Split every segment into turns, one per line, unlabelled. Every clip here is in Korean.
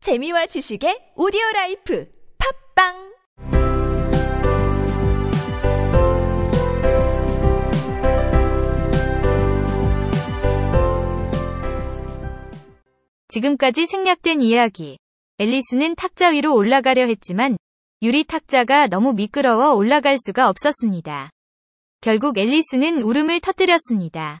재미와 지식의 오디오 라이프 팝빵
지금까지 생략된 이야기. 앨리스는 탁자 위로 올라가려 했지만 유리 탁자가 너무 미끄러워 올라갈 수가 없었습니다. 결국 앨리스는 울음을 터뜨렸습니다.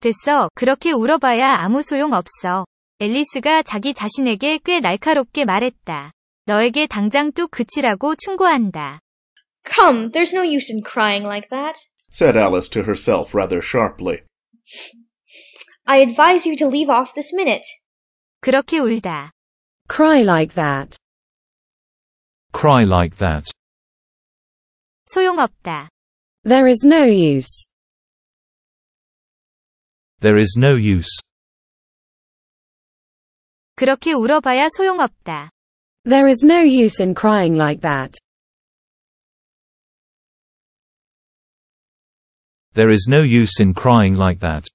됐어. 그렇게 울어봐야 아무 소용 없어. 앨리스가 자기 자신에게 꽤 날카롭게 말했다. 너에게 당장 뚝 그치라고 충고한다.
Come, there's no use in crying like that.
said Alice to herself rather sharply.
I advise you to leave off this minute.
그렇게 울다.
Cry like that.
Cry like that.
소용없다.
There is no use.
There is no use.
그렇게 울어봐야 소용없다.
There is no use in crying like that.
There is no use in crying like that.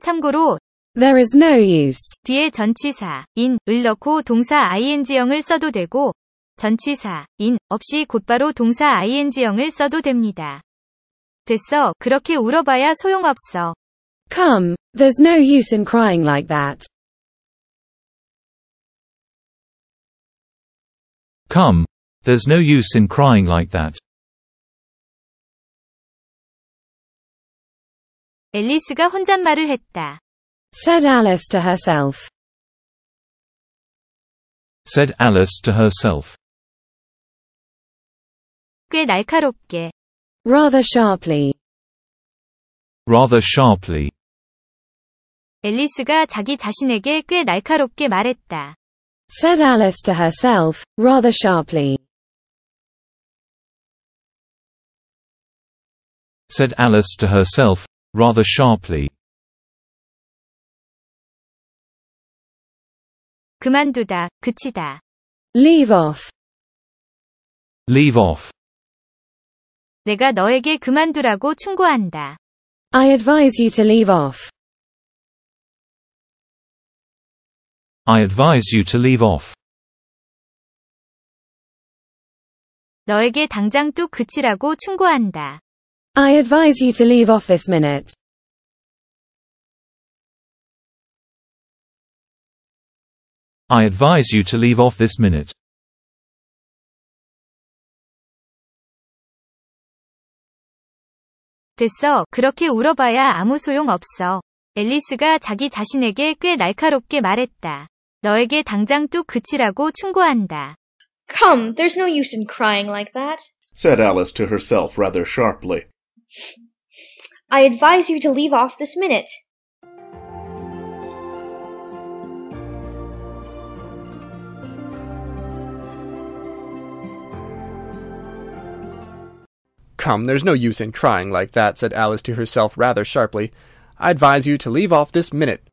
참고로
There is no use.
뒤에 전치사, 인, 을 넣고 동사 ing형을 써도 되고, 전치사, 인, 없이 곧바로 동사 ing형을 써도 됩니다. 됐어, 그렇게 울어봐야 소용없어.
Come, there's no use in crying like that.
Come. There's no use in crying like that.
앨리스가 혼잣말을 했다.
Said Alice to herself.
Said Alice to herself.
꽤 날카롭게,
Rather sharply.
Rather sharply.
앨리스가 자기 자신에게 꽤 날카롭게 말했다.
Said Alice to herself, rather sharply.
Said Alice to herself. Rather sharply.
그만두다, 그치다.
Leave off.
Leave off.
내가 너에게 그만두라고 충고한다.
I advise you to leave off.
I advise you to leave off.
너에게 당장 뚝 그치라고 충고한다.
I advise you to leave off this minute.
I advise you to leave off this minute.
됐어. 그렇게 울어봐야 아무 소용 없어. 앨리스가 자기 자신에게 꽤 날카롭게 말했다. 너에게 당장 뚝 그치라고 충고한다.
Come, there's no use in crying like that.
said Alice to herself rather sharply.
I advise you to leave off this minute.
Come, there's no use in crying like that, said Alice to herself rather sharply. I advise you to leave off this minute.